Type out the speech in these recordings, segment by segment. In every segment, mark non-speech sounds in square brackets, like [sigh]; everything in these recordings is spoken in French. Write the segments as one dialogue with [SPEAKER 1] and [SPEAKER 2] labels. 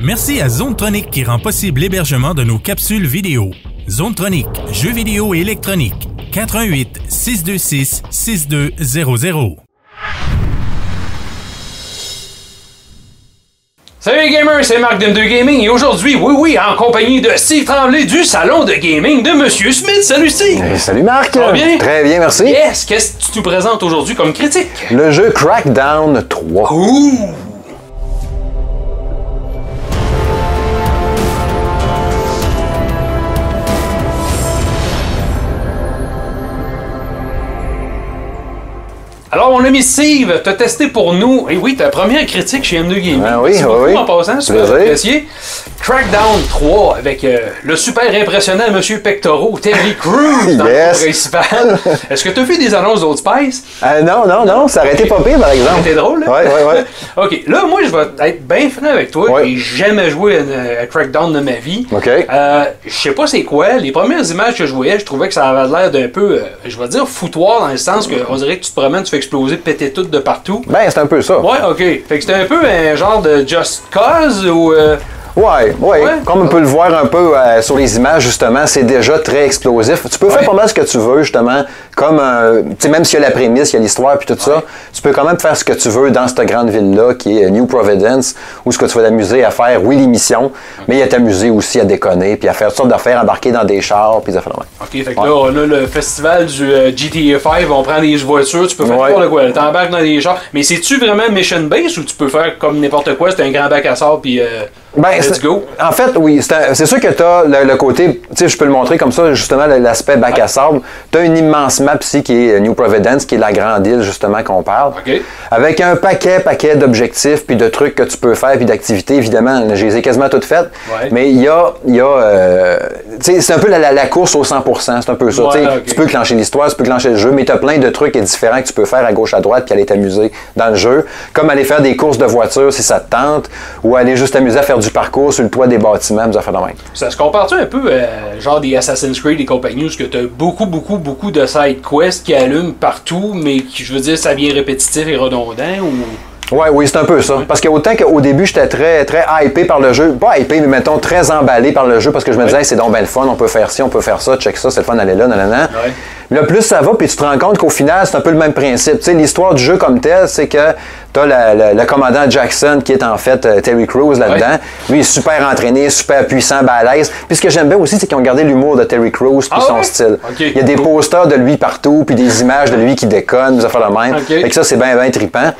[SPEAKER 1] Merci à Zone Tronic qui rend possible l'hébergement de nos capsules vidéo. Zone Tronic, jeux vidéo et électronique. 88 626 6200.
[SPEAKER 2] Salut les gamers, c'est Marc d'M2 Gaming et aujourd'hui, oui, oui, en compagnie de Steve Tremblay du salon de gaming de Monsieur Smith. Salut Steve!
[SPEAKER 3] Hey, Eh, salut Marc!
[SPEAKER 2] Ça va bien?
[SPEAKER 3] Très bien, merci.
[SPEAKER 2] Yes, qu'est-ce que tu nous présentes aujourd'hui comme critique?
[SPEAKER 3] Le jeu Crackdown 3.
[SPEAKER 2] Ouh! Alors, mon ami Steve, t'as testé pour nous, et oui, ta première critique chez M2 Gaming.
[SPEAKER 3] Ah oui,
[SPEAKER 2] Merci
[SPEAKER 3] ah
[SPEAKER 2] beaucoup
[SPEAKER 3] oui.
[SPEAKER 2] en passant, super
[SPEAKER 3] Plaisir.
[SPEAKER 2] apprécié. Crackdown 3 avec euh, le super impressionnant Monsieur Pectoraux, Terry Crews, dans
[SPEAKER 3] Yes.
[SPEAKER 2] le
[SPEAKER 3] [laughs]
[SPEAKER 2] principal. Est-ce que t'as vu des annonces d'autres Spice?
[SPEAKER 3] Euh, non, non, non, ça aurait été pas pire, par exemple.
[SPEAKER 2] C'était drôle, hein?
[SPEAKER 3] Ah, Ouais, ouais, ouais.
[SPEAKER 2] [laughs] OK. Là, moi, je vais être bien franc avec toi.
[SPEAKER 3] Ouais.
[SPEAKER 2] J'ai jamais joué à, à Crackdown de ma vie.
[SPEAKER 3] OK.
[SPEAKER 2] Euh, je sais pas c'est quoi. Les premières images que je voyais, je trouvais que ça avait l'air d'un peu, euh, je vais dire, foutoir dans le sens que on dirait que tu te promènes, tu fais exploser, péter tout de partout.
[SPEAKER 3] Ben, c'est un peu ça.
[SPEAKER 2] Ouais, OK. Fait que c'était un peu un genre de Just Cause ou... euh,
[SPEAKER 3] Ouais, ouais.
[SPEAKER 2] Ouais.
[SPEAKER 3] Comme on peut le voir un peu euh, sur les images, justement, c'est déjà très explosif. Tu peux
[SPEAKER 2] Ouais.
[SPEAKER 3] faire pas mal ce que tu veux, justement. Comme, euh, tu sais, même s'il y a la prémisse, il y a l'histoire, puis tout ça, tu peux quand même faire ce que tu veux dans cette grande ville-là, qui est euh, New Providence, où ce que tu vas t'amuser à faire, oui, l'émission, mais il y a t'amuser aussi à déconner, puis à faire toutes sortes d'affaires, embarquer dans des chars, puis des affaires de même.
[SPEAKER 2] OK, fait que là, on a le festival du euh, GTA 5, on prend des voitures, tu peux faire
[SPEAKER 3] Ouais.
[SPEAKER 2] n'importe quoi, t'embarques dans des chars. Mais c'est-tu vraiment mission base ou tu peux faire comme n'importe quoi, c'est un grand bac à sable puis euh,
[SPEAKER 3] Ben,
[SPEAKER 2] let's
[SPEAKER 3] c'est-
[SPEAKER 2] go?
[SPEAKER 3] En fait, oui, c'est un- c'est sûr que tu as le, le côté, tu sais, je peux le montrer comme ça, justement, le- l'aspect bac à sable. Tu as une immense map ici qui est New Providence, qui est la grande île, justement, qu'on parle.
[SPEAKER 2] OK.
[SPEAKER 3] Avec un paquet, paquet d'objectifs, puis de trucs que tu peux faire, puis d'activités, évidemment. Je les ai quasiment toutes faites.
[SPEAKER 2] Ouais.
[SPEAKER 3] Mais il y a, il y a euh, tu sais, c'est un peu la, la- la course au 100%, c'est un peu ça.
[SPEAKER 2] Ouais,
[SPEAKER 3] tu sais.
[SPEAKER 2] ok.
[SPEAKER 3] Tu peux clencher l'histoire, tu peux clencher le jeu, mais tu as plein de trucs différents que tu peux faire à gauche, à droite, puis aller t'amuser dans le jeu. Comme aller faire des courses de voiture si ça te tente, ou aller juste t'amuser à faire du parcours sur le toit des bâtiments, des affaires de même.
[SPEAKER 2] Ça se compare-tu un peu euh, genre des Assassin's Creed et compagnie où ce que t'as beaucoup, beaucoup, beaucoup de side quests qui allument partout, mais qui, je veux dire, ça devient répétitif et redondant ou...
[SPEAKER 3] Ouais, oui, c'est un peu ça. Parce que autant qu'au début, j'étais très, très hypé par le jeu, pas hypé, mais mettons très emballé par le jeu parce que je me disais, Hey, c'est donc ben le fun, on peut faire ci, on peut faire ça, check ça, c'est le fun d'aller là, nan, nan, nan.
[SPEAKER 2] Ouais.
[SPEAKER 3] Le plus ça va, puis tu te rends compte qu'au final, c'est un peu le même principe. Tu sais, l'histoire du jeu comme telle, c'est que t'as la- la- le commandant Jackson qui est en fait euh, Terry Crews là-dedans. Lui, il est super entraîné, super puissant, balèze. Puis ce que j'aime bien aussi, c'est qu'ils ont gardé l'humour de Terry Crews puis
[SPEAKER 2] Ah
[SPEAKER 3] son
[SPEAKER 2] ouais?
[SPEAKER 3] style.
[SPEAKER 2] Ok.
[SPEAKER 3] Il y a des posters de lui partout, puis des images de lui qui déconne, des affaires de même.
[SPEAKER 2] Ok.
[SPEAKER 3] Fait que ça, c'est bien, bien trippant.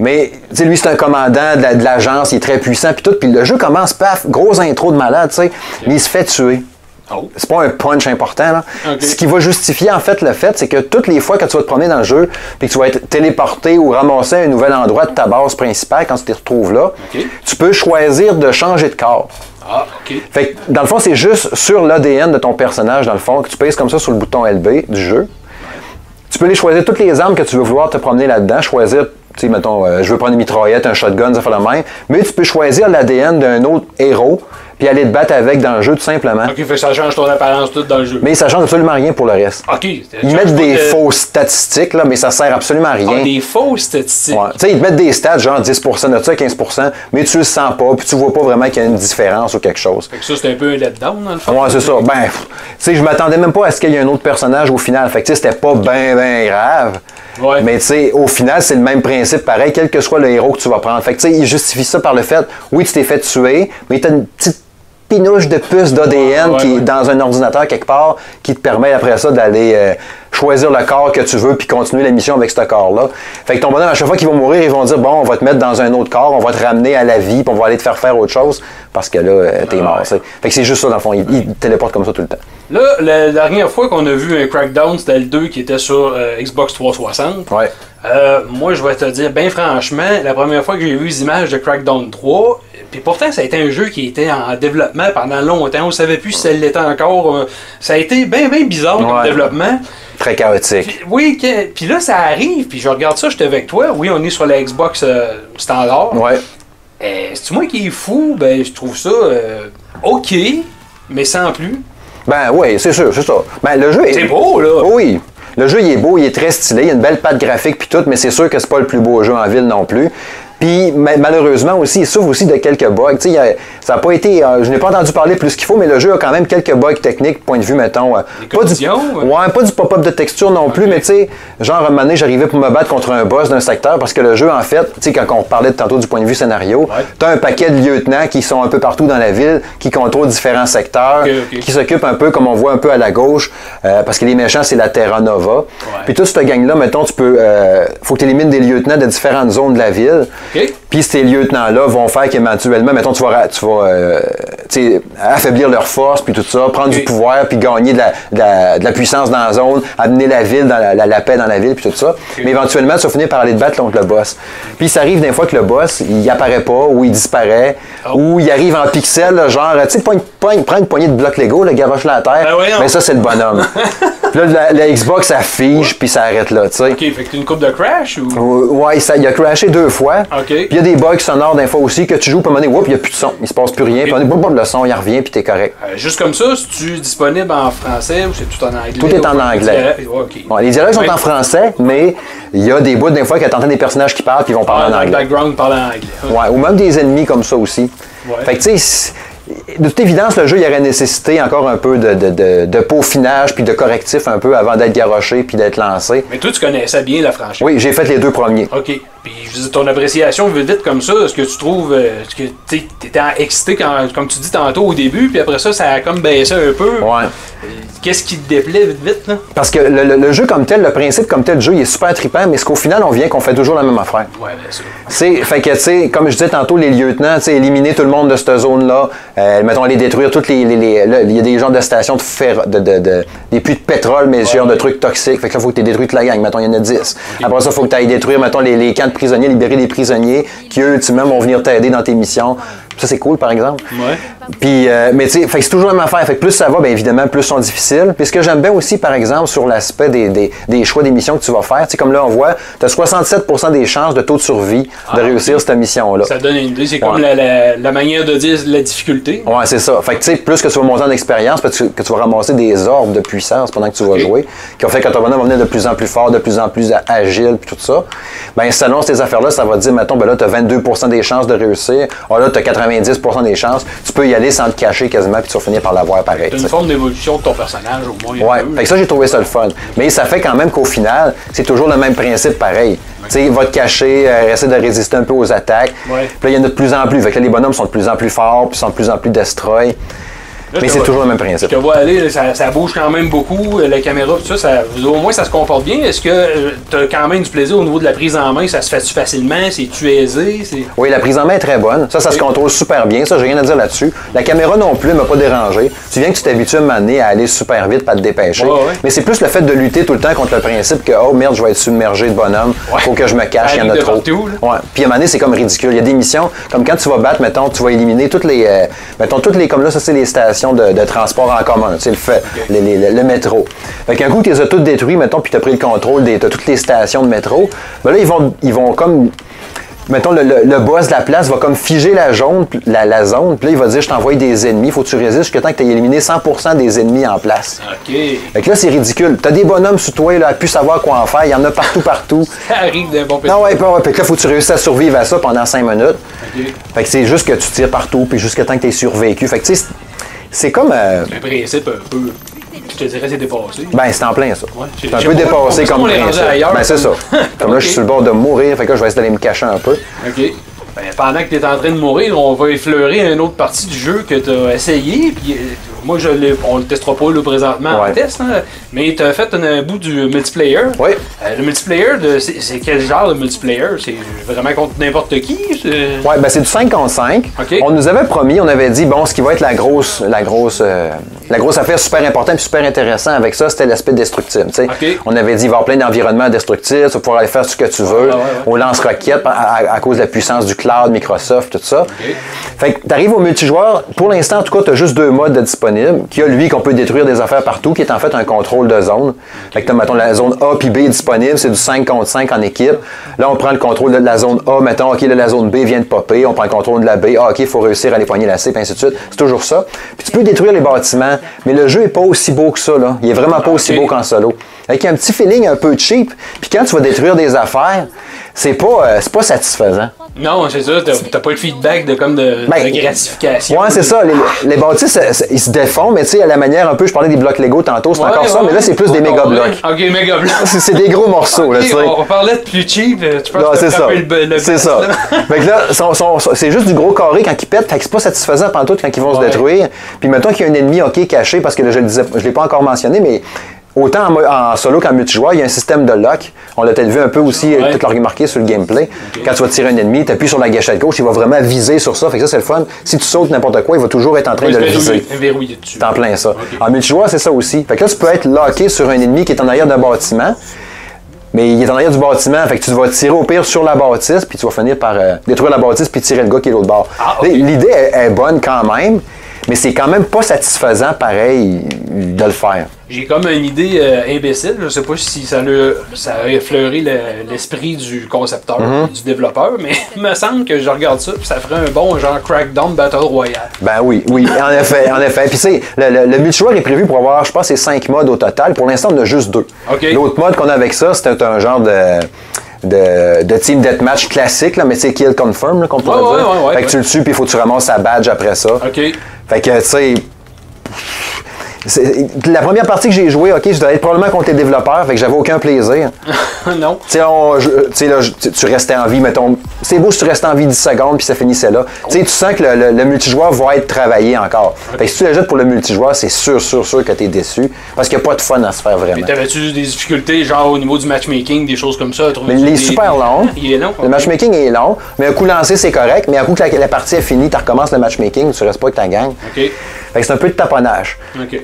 [SPEAKER 3] Mais, tu sais, lui, c'est un commandant de la- de l'agence, il est très puissant, puis tout. Puis le jeu commence, paf, grosse intro de malade, tu sais. Mais il se fait tuer.
[SPEAKER 2] Oh.
[SPEAKER 3] C'est pas un punch important, là.
[SPEAKER 2] Ok.
[SPEAKER 3] Ce qui va justifier, en fait, le fait, c'est que toutes les fois que tu vas te promener dans le jeu, puis que tu vas être téléporté ou ramasser à un nouvel endroit de ta base principale quand tu te retrouves là,
[SPEAKER 2] Ok.
[SPEAKER 3] tu peux choisir de changer de corps.
[SPEAKER 2] Ah, OK.
[SPEAKER 3] Fait que, dans le fond, c'est juste sur l'ADN de ton personnage, dans le fond, que tu pèses comme ça sur le bouton LB du jeu. Tu peux aller choisir toutes les armes que tu veux vouloir te promener là-dedans, choisir, tu sais, mettons, euh, je veux prendre une mitraillette, un shotgun, ça fait la même, mais tu peux choisir l'ADN d'un autre héros, puis aller te battre avec dans le jeu tout simplement.
[SPEAKER 2] OK, fait que ça change ton apparence toute dans le jeu.
[SPEAKER 3] Mais ça change absolument rien pour le reste.
[SPEAKER 2] OK.
[SPEAKER 3] Ils mettent des
[SPEAKER 2] faux
[SPEAKER 3] fausses statistiques, là, mais ça sert absolument à rien.
[SPEAKER 2] Ah, des fausses statistiques.
[SPEAKER 3] Ouais. Tu sais, ils te mettent des stats, genre 10% de ça, 15%, mais tu le sens pas, puis tu vois pas vraiment qu'il y a une différence ou quelque chose.
[SPEAKER 2] Fait que ça, c'est un peu un letdown, dans le fond.
[SPEAKER 3] Ouais, c'est ça. Ben, pff, tu sais, je m'attendais même pas à ce qu'il y ait un autre personnage au final. Fait que, tu sais, c'était pas ben, ben grave.
[SPEAKER 2] Ouais.
[SPEAKER 3] Mais, tu sais, au final, c'est le même principe, pareil, quel que soit le héros que tu vas prendre. Fait que, tu sais, il justifie ça par le fait, oui, tu t'es fait tuer, mais t'as une petite pinouche de puce d'ADN
[SPEAKER 2] Ouais, ouais,
[SPEAKER 3] qui
[SPEAKER 2] ouais.
[SPEAKER 3] est dans un ordinateur quelque part, qui te permet après ça d'aller euh, choisir le corps que tu veux puis continuer la mission avec ce corps-là. Fait que ton bonhomme, à chaque fois qu'ils vont mourir, ils vont dire, bon, on va te mettre dans un autre corps, on va te ramener à la vie puis on va aller te faire faire autre chose parce que là, euh, t'es mort, tu sais. Fait que c'est juste ça, dans le fond. Ils il téléportent comme ça tout le temps.
[SPEAKER 2] Là, la dernière fois qu'on a vu un Crackdown, c'était le 2 qui était sur euh, Xbox 360.
[SPEAKER 3] Ouais.
[SPEAKER 2] Euh, moi, je vais te dire, ben franchement, la première fois que j'ai vu des images de Crackdown 3, euh, puis pourtant, ça a été un jeu qui était en développement pendant longtemps. On savait plus si ça l'était encore. euh, Ça a été bien, bien bizarre comme
[SPEAKER 3] Ouais.
[SPEAKER 2] développement.
[SPEAKER 3] Très chaotique.
[SPEAKER 2] Oui, que- puis là, ça arrive, puis je regarde ça, j'étais avec toi. Oui, on est sur la Xbox euh, standard.
[SPEAKER 3] Ouais.
[SPEAKER 2] Euh, C'est-tu moi qui est fou? Ben, je trouve ça euh, OK, mais sans plus.
[SPEAKER 3] Ben oui, c'est sûr, c'est ça. Ben le jeu est.
[SPEAKER 2] C'est beau, là.
[SPEAKER 3] Oui. Le jeu il est beau, il est très stylé, il y a une belle patte graphique puis tout, mais c'est sûr que c'est pas le plus beau jeu en ville non plus. Puis ma- malheureusement aussi, il souffre aussi de quelques bugs. Tu sais, il y a- ça n'a pas été. euh, je n'ai pas entendu parler plus qu'il faut, mais le jeu a quand même quelques bugs techniques, point de vue, mettons. euh,
[SPEAKER 2] Des collisions,
[SPEAKER 3] du,
[SPEAKER 2] ouais.
[SPEAKER 3] ouais, pas du pop-up de texture non plus, mais tu sais, genre, un moment donné, j'arrivais pour me battre contre un boss d'un secteur parce que le jeu, en fait, tu sais, quand on parlait tantôt du point de vue scénario, t'as un paquet de lieutenants qui sont un peu partout dans la ville, qui contrôlent différents secteurs,
[SPEAKER 2] Ok, ok.
[SPEAKER 3] qui s'occupent un peu, comme on voit un peu à la gauche, euh, parce que les méchants, c'est la Terra Nova. Puis toute cette gang-là, mettons, tu peux. euh, faut que tu élimines des lieutenants de différentes zones de la ville.
[SPEAKER 2] Ok.
[SPEAKER 3] Puis ces lieutenants-là vont faire qu'éventuellement, mettons, tu vas, ra- tu vas euh, tu sais, affaiblir leurs forces, puis tout ça, prendre du
[SPEAKER 2] Ok.
[SPEAKER 3] pouvoir, puis gagner de la, de la- de la puissance dans la zone, amener la ville, dans la, la- la paix dans la ville, puis tout ça. Mais éventuellement, tu vas finir par aller te battre contre le boss. Puis ça arrive des fois que le boss, il apparaît pas, ou il disparaît,
[SPEAKER 2] Ah.
[SPEAKER 3] ou il arrive en pixel, là, genre, tu sais, pogne- pogne- prends une poignée de blocs Lego, le garoche la terre.
[SPEAKER 2] Ben voyons.
[SPEAKER 3] mais ça, c'est le
[SPEAKER 2] [laughs]
[SPEAKER 3] bonhomme. Puis là, la, la Xbox, ça fige, puis ça arrête là, tu sais.
[SPEAKER 2] Ok, fait que t'as une coupe de crash ou.
[SPEAKER 3] Euh, Ouais, ça, il a crashé deux fois.
[SPEAKER 2] OK.
[SPEAKER 3] Puis il y a des bugs sonores des fois aussi que tu joues, puis à un moment donné, whoop, il n'y a plus de son. Il se passe plus rien. Puis on est, boum, boum, le son, il revient, puis t'es correct.
[SPEAKER 2] Euh, juste comme ça, si tu disponible en français ou c'est tout en anglais?
[SPEAKER 3] Tout est en
[SPEAKER 2] Ou-
[SPEAKER 3] anglais.
[SPEAKER 2] Ouais, ok.
[SPEAKER 3] Bon, les dialogues sont
[SPEAKER 2] Ouais.
[SPEAKER 3] en français, mais il y a des bouts des fois que t'entends des personnages qui parlent, puis ils vont
[SPEAKER 2] Ah,
[SPEAKER 3] parler
[SPEAKER 2] dans
[SPEAKER 3] en
[SPEAKER 2] le
[SPEAKER 3] anglais.
[SPEAKER 2] background parle en anglais.
[SPEAKER 3] Ouais, ou même des ennemis comme ça aussi.
[SPEAKER 2] Ouais.
[SPEAKER 3] Fait que, tu sais, c'est- de toute évidence, le jeu, il y aurait nécessité encore un peu de, de, de, de peaufinage, puis de correctif un peu avant d'être garoché, puis d'être lancé.
[SPEAKER 2] Mais toi, tu connaissais bien la franchise.
[SPEAKER 3] Oui, j'ai fait les deux premiers.
[SPEAKER 2] OK. Puis, je veux dire, ton appréciation vite, vite comme ça, est-ce que tu trouves euh, est-ce que tu étais excité, quand, comme tu dis tantôt au début, puis après ça, ça a comme baissé un peu? Euh,
[SPEAKER 3] Ouais.
[SPEAKER 2] Qu'est-ce qui te déplaît vite, vite, là?
[SPEAKER 3] Parce que le, le- le jeu comme tel, le principe comme tel du jeu, il est super trippant, mais ce qu'au final, on vient qu'on fait toujours la même affaire.
[SPEAKER 2] Ouais, ben, bien sûr.
[SPEAKER 3] C'est, fait que, tu sais, comme je disais tantôt, les lieutenants, tu sais, éliminer tout le monde de cette zone-là, euh, mettons, les détruire, toutes les, les- les- là, il y a des genres de stations de fer, de, de- de- des puits de pétrole, mais ce genre de trucs toxiques. Fait que là, faut que tu détruis toute la gang. Mettons, il y en a 10. Après ça, faut que tu ailles détruire, mettons, les, les camps de prisonniers, libérer les prisonniers, qui eux, tu même, vont venir t'aider dans tes missions. Ça, c'est cool, par exemple.
[SPEAKER 2] Ouais.
[SPEAKER 3] Puis, euh, mais tu sais, fait que c'est toujours la même affaire. Fait que plus ça va, bien évidemment, plus sont difficiles. Puis ce que j'aime bien aussi, par exemple, sur l'aspect des, des, des choix des missions que tu vas faire, tu sais, comme là, on voit, tu as 67 des chances de taux de survie de réussir cette mission-là.
[SPEAKER 2] Ah, Ça te donne une idée. C'est comme
[SPEAKER 3] Ouais.
[SPEAKER 2] la, la- la manière de dire la difficulté.
[SPEAKER 3] Ouais, c'est ça. Fait que, tu sais, plus que tu vas monter en expérience, parce que, que tu vas ramasser des ordres de puissance pendant que tu vas jouer, qui ont fait que ton bonhomme va venir de plus en plus fort, de plus en plus a- agile, puis tout ça. Ben, selon ces affaires-là, ça va te dire, mettons, ben là, t'as 22 des chances de réussir. Ah là, t'as 90 des chances. Tu peux y aller sans te cacher quasiment, puis tu vas finir par l'avoir pareil.
[SPEAKER 2] T'as
[SPEAKER 3] tu sais.
[SPEAKER 2] une forme d'évolution de ton personnage, au moins. un
[SPEAKER 3] Ouais,
[SPEAKER 2] peu.
[SPEAKER 3] fait que ça, j'ai trouvé ça le fun. Mais ça fait quand même qu'au final, c'est toujours le même principe pareil. Tu sais, va te cacher, euh, essaie de résister un peu aux attaques.
[SPEAKER 2] Ouais.
[SPEAKER 3] Puis là, il y en a de plus en plus. Fait que là, les bonhommes sont de plus en plus forts, puis sont de plus en plus destroy.
[SPEAKER 2] Là, je
[SPEAKER 3] Mais
[SPEAKER 2] te
[SPEAKER 3] c'est
[SPEAKER 2] vois-
[SPEAKER 3] toujours le même
[SPEAKER 2] Je
[SPEAKER 3] principe.
[SPEAKER 2] te vois aller, là, ça, ça bouge quand même beaucoup, euh, la caméra, tout ça, ça- au moins ça se comporte bien. Est-ce que tu as quand même du plaisir au niveau de la prise en main? Ça se fait-tu facilement? C'est-tu aisé? C'est-
[SPEAKER 3] Oui, la prise en main est très bonne. Ça, ça se
[SPEAKER 2] Oui.
[SPEAKER 3] contrôle super bien. Ça, j'ai rien à dire là-dessus. La caméra non plus m'a pas dérangé. Tu viens que tu t'habitues à m'amener à aller super vite, pas te dépêcher.
[SPEAKER 2] Ouais, ouais.
[SPEAKER 3] Mais c'est plus le fait de lutter tout le temps contre le principe que, oh merde, je vais être submergé de bonhommes.
[SPEAKER 2] Ouais.
[SPEAKER 3] Faut que je me cache, il y en
[SPEAKER 2] Arrive
[SPEAKER 3] a
[SPEAKER 2] de
[SPEAKER 3] trop.
[SPEAKER 2] partout, là.
[SPEAKER 3] Ouais. Puis à un moment donné, c'est comme ridicule. Il y a des missions, comme quand tu vas battre, mettons, tu vas éliminer toutes les. euh, mettons, toutes les. Comme là, ça, c'est les stations de, de transport en commun. Tu sais, le, fait, les- les- le- le métro. Fait qu'un coup, tu les as toutes détruites, mettons, puis tu as pris le contrôle de toutes les stations de métro. Ben là, ils vont, ils vont comme. Mettons, le, le- le boss de la place va comme figer la, jaune, puis la, la zone, puis là, il va dire Je t'envoie des ennemis, faut que tu résistes jusqu'à temps que tu aies éliminé 100 des ennemis en place.
[SPEAKER 2] OK. [laughs]
[SPEAKER 3] Fait que là, c'est ridicule. T'as des bonhommes sous toi, là, à plus savoir quoi en faire, il y en a
[SPEAKER 2] [laughs]
[SPEAKER 3] partout, partout.
[SPEAKER 2] Ça arrive d'un bon petit.
[SPEAKER 3] Non, ouais, pas ouais. Fait que là, faut que tu réussisses à survivre à ça pendant 5 minutes.
[SPEAKER 2] Ok.
[SPEAKER 3] Fait que c'est juste que tu tires partout, puis jusqu'à temps que tu survécu. Fait que, tu sais, c'est- c'est comme. euh,
[SPEAKER 2] Un principe un peu, je te dirais, c'est dépassé.
[SPEAKER 3] ben, c'est en plein, ça.
[SPEAKER 2] Ouais,
[SPEAKER 3] c'est un
[SPEAKER 2] j'ai-
[SPEAKER 3] peu
[SPEAKER 2] j'ai pas-
[SPEAKER 3] dépassé
[SPEAKER 2] pourquoi on
[SPEAKER 3] comme
[SPEAKER 2] est rendu
[SPEAKER 3] principe.
[SPEAKER 2] ailleurs,
[SPEAKER 3] Ben, c'est ça.
[SPEAKER 2] comme- [laughs]
[SPEAKER 3] Comme là, je suis sur le bord de mourir, fait que là, je vais essayer d'aller me cacher un peu.
[SPEAKER 2] OK. Ben, pendant que tu es en train de mourir, on va effleurer une autre partie du jeu que tu as essayé. Puis, euh, moi, je l'ai- on le testera pas là, présentement en
[SPEAKER 3] Ouais.
[SPEAKER 2] test, hein, mais tu as fait un, un bout du multiplayer.
[SPEAKER 3] Oui.
[SPEAKER 2] Euh, le multiplayer, de- c'est c'est quel genre de multiplayer C'est vraiment contre n'importe qui c'est-
[SPEAKER 3] Ouais, ben c'est du 5 contre 5.
[SPEAKER 2] OK.
[SPEAKER 3] On nous avait promis, on avait dit, bon, ce qui va être la grosse, la grosse, euh, la grosse affaire super importante et super intéressant avec ça, c'était l'aspect destructible. tu sais.
[SPEAKER 2] OK.
[SPEAKER 3] On avait dit, il va y avoir plein d'environnements destructibles, tu vas pouvoir aller faire ce que tu veux.
[SPEAKER 2] Ah ouais, ouais.
[SPEAKER 3] On lance roquettes à, à- à cause de la puissance du cloud, Microsoft, tout ça. Fait que t'arrives au multijoueur, pour l'instant, en tout cas, t'as juste deux modes de disponibles. Qui a lui qu'on peut détruire des affaires partout, qui est en fait un contrôle de zone. Fait que t'as, mettons, la zone A puis B disponible, c'est du 5 contre 5 en équipe. Là, on prend le contrôle de la zone A, mettons, OK, là, la zone B vient de popper, on prend le contrôle de la B, ah, OK, il faut réussir à les poigner la C, puis ainsi de suite. C'est toujours ça. Puis tu peux détruire les bâtiments, mais le jeu est pas aussi beau que ça, là. Il est vraiment pas aussi
[SPEAKER 2] OK.
[SPEAKER 3] beau qu'en solo. Avec un petit feeling un peu cheap, puis quand tu vas détruire des affaires, c'est pas, euh, c'est pas satisfaisant.
[SPEAKER 2] Non, c'est ça, t'as t'as pas le feedback de comme de,
[SPEAKER 3] Ben,
[SPEAKER 2] de gratification.
[SPEAKER 3] Ouais, c'est ça. Les, les bâtisses, euh, c'est- ils se défont, mais tu sais, à la manière un peu, je parlais des blocs Lego tantôt, c'est
[SPEAKER 2] Ouais,
[SPEAKER 3] encore ça,
[SPEAKER 2] ouais,
[SPEAKER 3] mais là, c'est plus des
[SPEAKER 2] ouais,
[SPEAKER 3] méga
[SPEAKER 2] ouais.
[SPEAKER 3] blocs.
[SPEAKER 2] Ok, méga blocs.
[SPEAKER 3] C'est [laughs] c'est des gros morceaux, là, tu sais.
[SPEAKER 2] Ok, on parlait de plus cheap, euh, tu penses
[SPEAKER 3] Non,
[SPEAKER 2] que
[SPEAKER 3] c'est
[SPEAKER 2] t'as
[SPEAKER 3] ça.
[SPEAKER 2] frappé le- le- [laughs]
[SPEAKER 3] C'est ça. Fait que là, son- son- son- c'est juste du gros carré quand ils pètent, fait que c'est pas satisfaisant pendant tout quand ils vont
[SPEAKER 2] Ouais.
[SPEAKER 3] se détruire. Puis mettons qu'il y a un ennemi OK caché, parce que là, je le disais, je l'ai pas encore mentionné, mais autant en, mo- en solo qu'en multijoueur, il y a un système de lock. On l'a peut-être vu un peu aussi, euh,
[SPEAKER 2] Ouais.
[SPEAKER 3] tout l'a remarqué sur le gameplay. Quand tu vas tirer un ennemi, tu appuies sur la gâchette gauche, il va vraiment viser sur ça. Fait que ça, c'est le fun. Si tu sautes n'importe quoi, il va toujours être en train
[SPEAKER 2] Ouais,
[SPEAKER 3] de le
[SPEAKER 2] c'est
[SPEAKER 3] viser.
[SPEAKER 2] verrouillé- verrouillé dessus.
[SPEAKER 3] C'est en plein ça. Ah,
[SPEAKER 2] Ok.
[SPEAKER 3] En multijoueur, c'est ça aussi. Fait que là, tu peux être locké sur un ennemi qui est en arrière d'un bâtiment, mais il est en arrière du bâtiment. Fait que tu vas tirer au pire sur la bâtisse, puis tu vas finir par euh, détruire la bâtisse, puis tirer le gars qui est de l'autre bord.
[SPEAKER 2] Ah, ok.
[SPEAKER 3] L'idée est, est bonne quand même, mais c'est quand même pas satisfaisant, pareil, de le faire.
[SPEAKER 2] J'ai comme une idée euh, imbécile, je sais pas si ça, le, ça a effleuré le- l'esprit du concepteur,
[SPEAKER 3] Mhm.
[SPEAKER 2] du développeur, mais [laughs] il me semble que je regarde ça, puis ça ferait un bon genre Crackdown Battle Royale.
[SPEAKER 3] Ben oui, oui, en effet, en effet. Puis tu sais, le, le, le multijoueur est prévu pour avoir, je pense, c'est cinq modes au total. Pour l'instant, on en a juste deux.
[SPEAKER 2] OK.
[SPEAKER 3] L'autre mode qu'on a avec ça, c'était un genre de, de, de team deathmatch classique, là, mais c'est kill confirm, là, qu'on pourrait
[SPEAKER 2] ouais,
[SPEAKER 3] dire.
[SPEAKER 2] ouais, ouais,
[SPEAKER 3] fait que
[SPEAKER 2] ouais.
[SPEAKER 3] tu le tues, puis il faut que tu ramasses sa badge après ça.
[SPEAKER 2] Ok.
[SPEAKER 3] Fait que, tu sais... c'est- La première partie que j'ai jouée, ok, je devais être probablement contre les développeurs, fait que j'avais aucun plaisir.
[SPEAKER 2] [laughs] non.
[SPEAKER 3] Tu sais, on- je- tu sais, là, je- tu- tu restais en vie, mettons. C'est beau si tu restais en vie 10 secondes puis ça finissait là. Tu sais, tu sens que le, le- le multijoueur va être travaillé encore. Fait que si tu l'ajoutes pour le multijoueur, c'est sûr, sûr, sûr que t'es déçu. Parce qu'il n'y a pas de fun à se faire
[SPEAKER 2] Mais
[SPEAKER 3] vraiment.
[SPEAKER 2] t'avais-tu des difficultés, genre au niveau du matchmaking, des choses comme ça? à trouver
[SPEAKER 3] Mais Il
[SPEAKER 2] des-
[SPEAKER 3] est super long.
[SPEAKER 2] [laughs] Il est long. hein?
[SPEAKER 3] Le matchmaking est long, mais un coup lancé, c'est correct. Mais un coup que la, la partie est finie, tu recommences le matchmaking, tu restes pas avec ta gang.
[SPEAKER 2] Ok.
[SPEAKER 3] Fait que c'est un peu de taponnage.
[SPEAKER 2] Ok.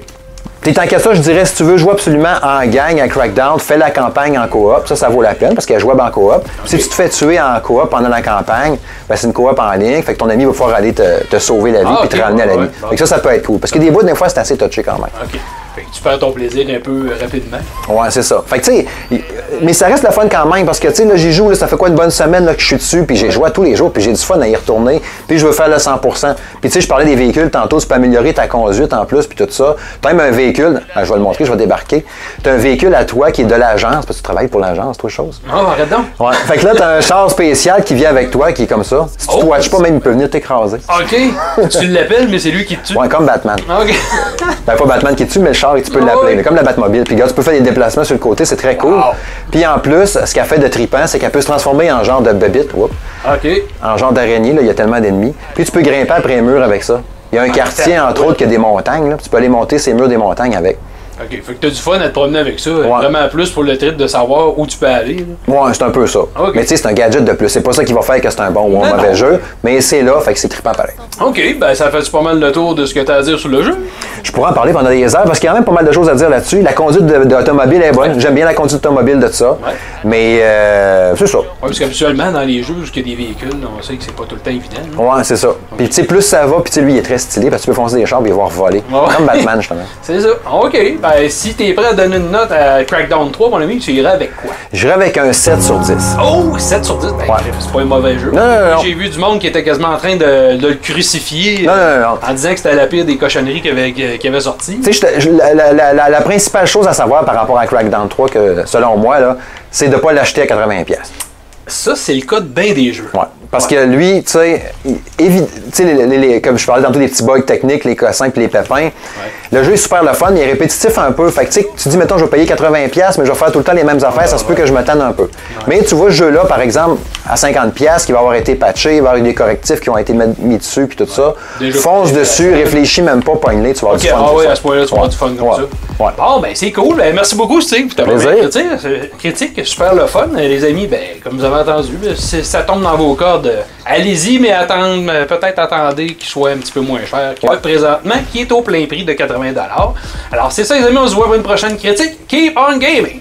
[SPEAKER 3] T'es en ça, je dirais, si tu veux jouer absolument en gang, en crackdown, fais la campagne en coop. Ça, ça vaut la peine parce qu'elle est jouable en coop. Si tu te fais tuer en coop pendant la campagne, ben, c'est une coop en ligne. Fait que ton ami va pouvoir aller te, te sauver la vie
[SPEAKER 2] Ah,
[SPEAKER 3] puis
[SPEAKER 2] ok,
[SPEAKER 3] te ramener à la
[SPEAKER 2] ouais,
[SPEAKER 3] vie.
[SPEAKER 2] ouais.
[SPEAKER 3] Fait que ça, ça peut être cool. Parce que des bouts, des fois, c'est assez touché quand même.
[SPEAKER 2] Ok. Fait que tu perds ton plaisir un peu euh, rapidement.
[SPEAKER 3] Ouais, c'est ça. Fait que, tu sais, y- mais ça reste le fun quand même parce que, tu sais, là, j'y joue, là, ça fait quoi une bonne semaine là, que je suis dessus, puis j'ai joué à tous les jours, puis j'ai du fun à y retourner, puis je veux faire le 100%. Puis, tu sais, je parlais des véhicules tantôt, tu peux améliorer ta conduite en plus, puis tout ça. T'as même un véhicule, ah, je vais le montrer, je vais débarquer. T'as un véhicule à toi qui est de l'agence, parce que tu travailles pour l'agence, toi, chose.
[SPEAKER 2] Oh, arrête donc.
[SPEAKER 3] Ouais. Fait que là, t'as un char spécial qui vient avec toi, qui est comme ça. Si tu
[SPEAKER 2] Oh!
[SPEAKER 3] te watches pas, même, il peut venir t'écraser.
[SPEAKER 2] Ok. tu l'appelles, mais c'est lui qui te tue.
[SPEAKER 3] Ouais, comme Batman.
[SPEAKER 2] Ok. [laughs]
[SPEAKER 3] Ben, pas Batman qui tue, mais le char, tu peux l'appeler.
[SPEAKER 2] oui.
[SPEAKER 3] là, Comme la Batmobile. Puis, gars, tu peux faire des déplacements sur le côté, c'est très cool.
[SPEAKER 2] Wow.
[SPEAKER 3] Puis, en plus, ce qu'elle fait de tripant, c'est qu'elle peut se transformer en genre de bébite, whoop,
[SPEAKER 2] ok.
[SPEAKER 3] en genre d'araignée, là, il y a tellement d'ennemis. Puis, tu peux grimper après un mur avec ça. Il y
[SPEAKER 2] Ah,
[SPEAKER 3] a un quartier, entre autres, qui a des montagnes, là. Tu peux aller monter ces murs des montagnes avec.
[SPEAKER 2] Ok, fait que t'as du fun à te promener avec ça. Vraiment plus pour le trip de savoir où tu peux aller. là.
[SPEAKER 3] Ouais, c'est un peu ça.
[SPEAKER 2] Ah, Ok.
[SPEAKER 3] Mais, tu sais, c'est un gadget de plus. C'est pas ça qui va faire que c'est un bon ou un
[SPEAKER 2] Non,
[SPEAKER 3] mauvais
[SPEAKER 2] non.
[SPEAKER 3] jeu, mais c'est là, fait que c'est trippant pareil.
[SPEAKER 2] Ok, ben ça fait pas mal le tour de ce que t'as à dire sur le jeu.
[SPEAKER 3] Je pourrais en parler pendant des heures parce qu'il y a quand même pas mal de choses à dire là-dessus. La conduite de- d'automobile est bonne. J'aime bien la conduite automobile de ça. Mais, euh, c'est ça.
[SPEAKER 2] Ouais, parce qu'habituellement, dans les jeux, où il y a des véhicules, on sait que c'est pas tout le temps évident. là.
[SPEAKER 3] Ouais, c'est ça. Puis tu sais, plus ça va, puis tu sais, lui, il est très stylé parce que tu peux foncer des chars et voir voler.
[SPEAKER 2] Ouais.
[SPEAKER 3] Comme Batman, justement.
[SPEAKER 2] C'est ça. Ok, ben si t'es prêt à donner une note à Crackdown 3, mon ami, tu irais avec quoi
[SPEAKER 3] J'irais avec un 7 sur 10.
[SPEAKER 2] Oh, 7 sur 10. Ben, c'est pas un mauvais jeu.
[SPEAKER 3] Non, non, non.
[SPEAKER 2] J'ai vu du monde qui était quasiment en train de, de le crucifier
[SPEAKER 3] Non,
[SPEAKER 2] euh,
[SPEAKER 3] non, non.
[SPEAKER 2] en disant que c'était la pire des cochonneries qu'il avait, qu'il avait sorti.
[SPEAKER 3] Tu sais, j'étais- je- la, la- la- la- la principale chose à savoir par rapport à Crackdown 3, que selon moi, là, c'est de ne pas l'acheter à 80$. pièces.
[SPEAKER 2] Ça, c'est le cas de bien des jeux.
[SPEAKER 3] Ouais. Parce que lui, tu sais, il- évi- tu sais, les- les- les- comme je parlais tantôt des petits bugs techniques, les cossins puis les pépins, le jeu est super le fun, il est répétitif un peu. Fait que tu sais, tu dis, mettons, je vais payer 80$, mais je vais faire tout le temps les mêmes affaires, ça se peut que je me tanne un peu. Mais tu vois, ce jeu-là, par exemple, à 50$, qui va avoir été patché, il va y avoir eu des correctifs qui ont été mis- mis dessus, puis tout ça.
[SPEAKER 2] Déjà,
[SPEAKER 3] Fonce
[SPEAKER 2] c'est-
[SPEAKER 3] dessus, réfléchis même pas, pogne-les, tu vas avoir
[SPEAKER 2] Ok,
[SPEAKER 3] du fun.
[SPEAKER 2] ah
[SPEAKER 3] pour
[SPEAKER 2] oui,
[SPEAKER 3] ça.
[SPEAKER 2] à ce point-là, tu vas avoir du fun comme
[SPEAKER 3] Ouais.
[SPEAKER 2] ça.
[SPEAKER 3] Ouais.
[SPEAKER 2] Bon, ben c'est cool. Ben, merci beaucoup, Steve. T'as pas
[SPEAKER 3] Plaisir.
[SPEAKER 2] bien critique, euh, critique, super le fun. Euh, Les amis, ben, comme vous avez entendu, euh, si ça tombe dans vos cordes, euh, allez-y, mais attendre, euh, peut-être attendez qu'il soit un petit peu moins cher que
[SPEAKER 3] Ouais.
[SPEAKER 2] présentement, qui est au plein prix de 80$. Alors c'est ça, les amis, on se voit pour une prochaine critique. Keep on gaming!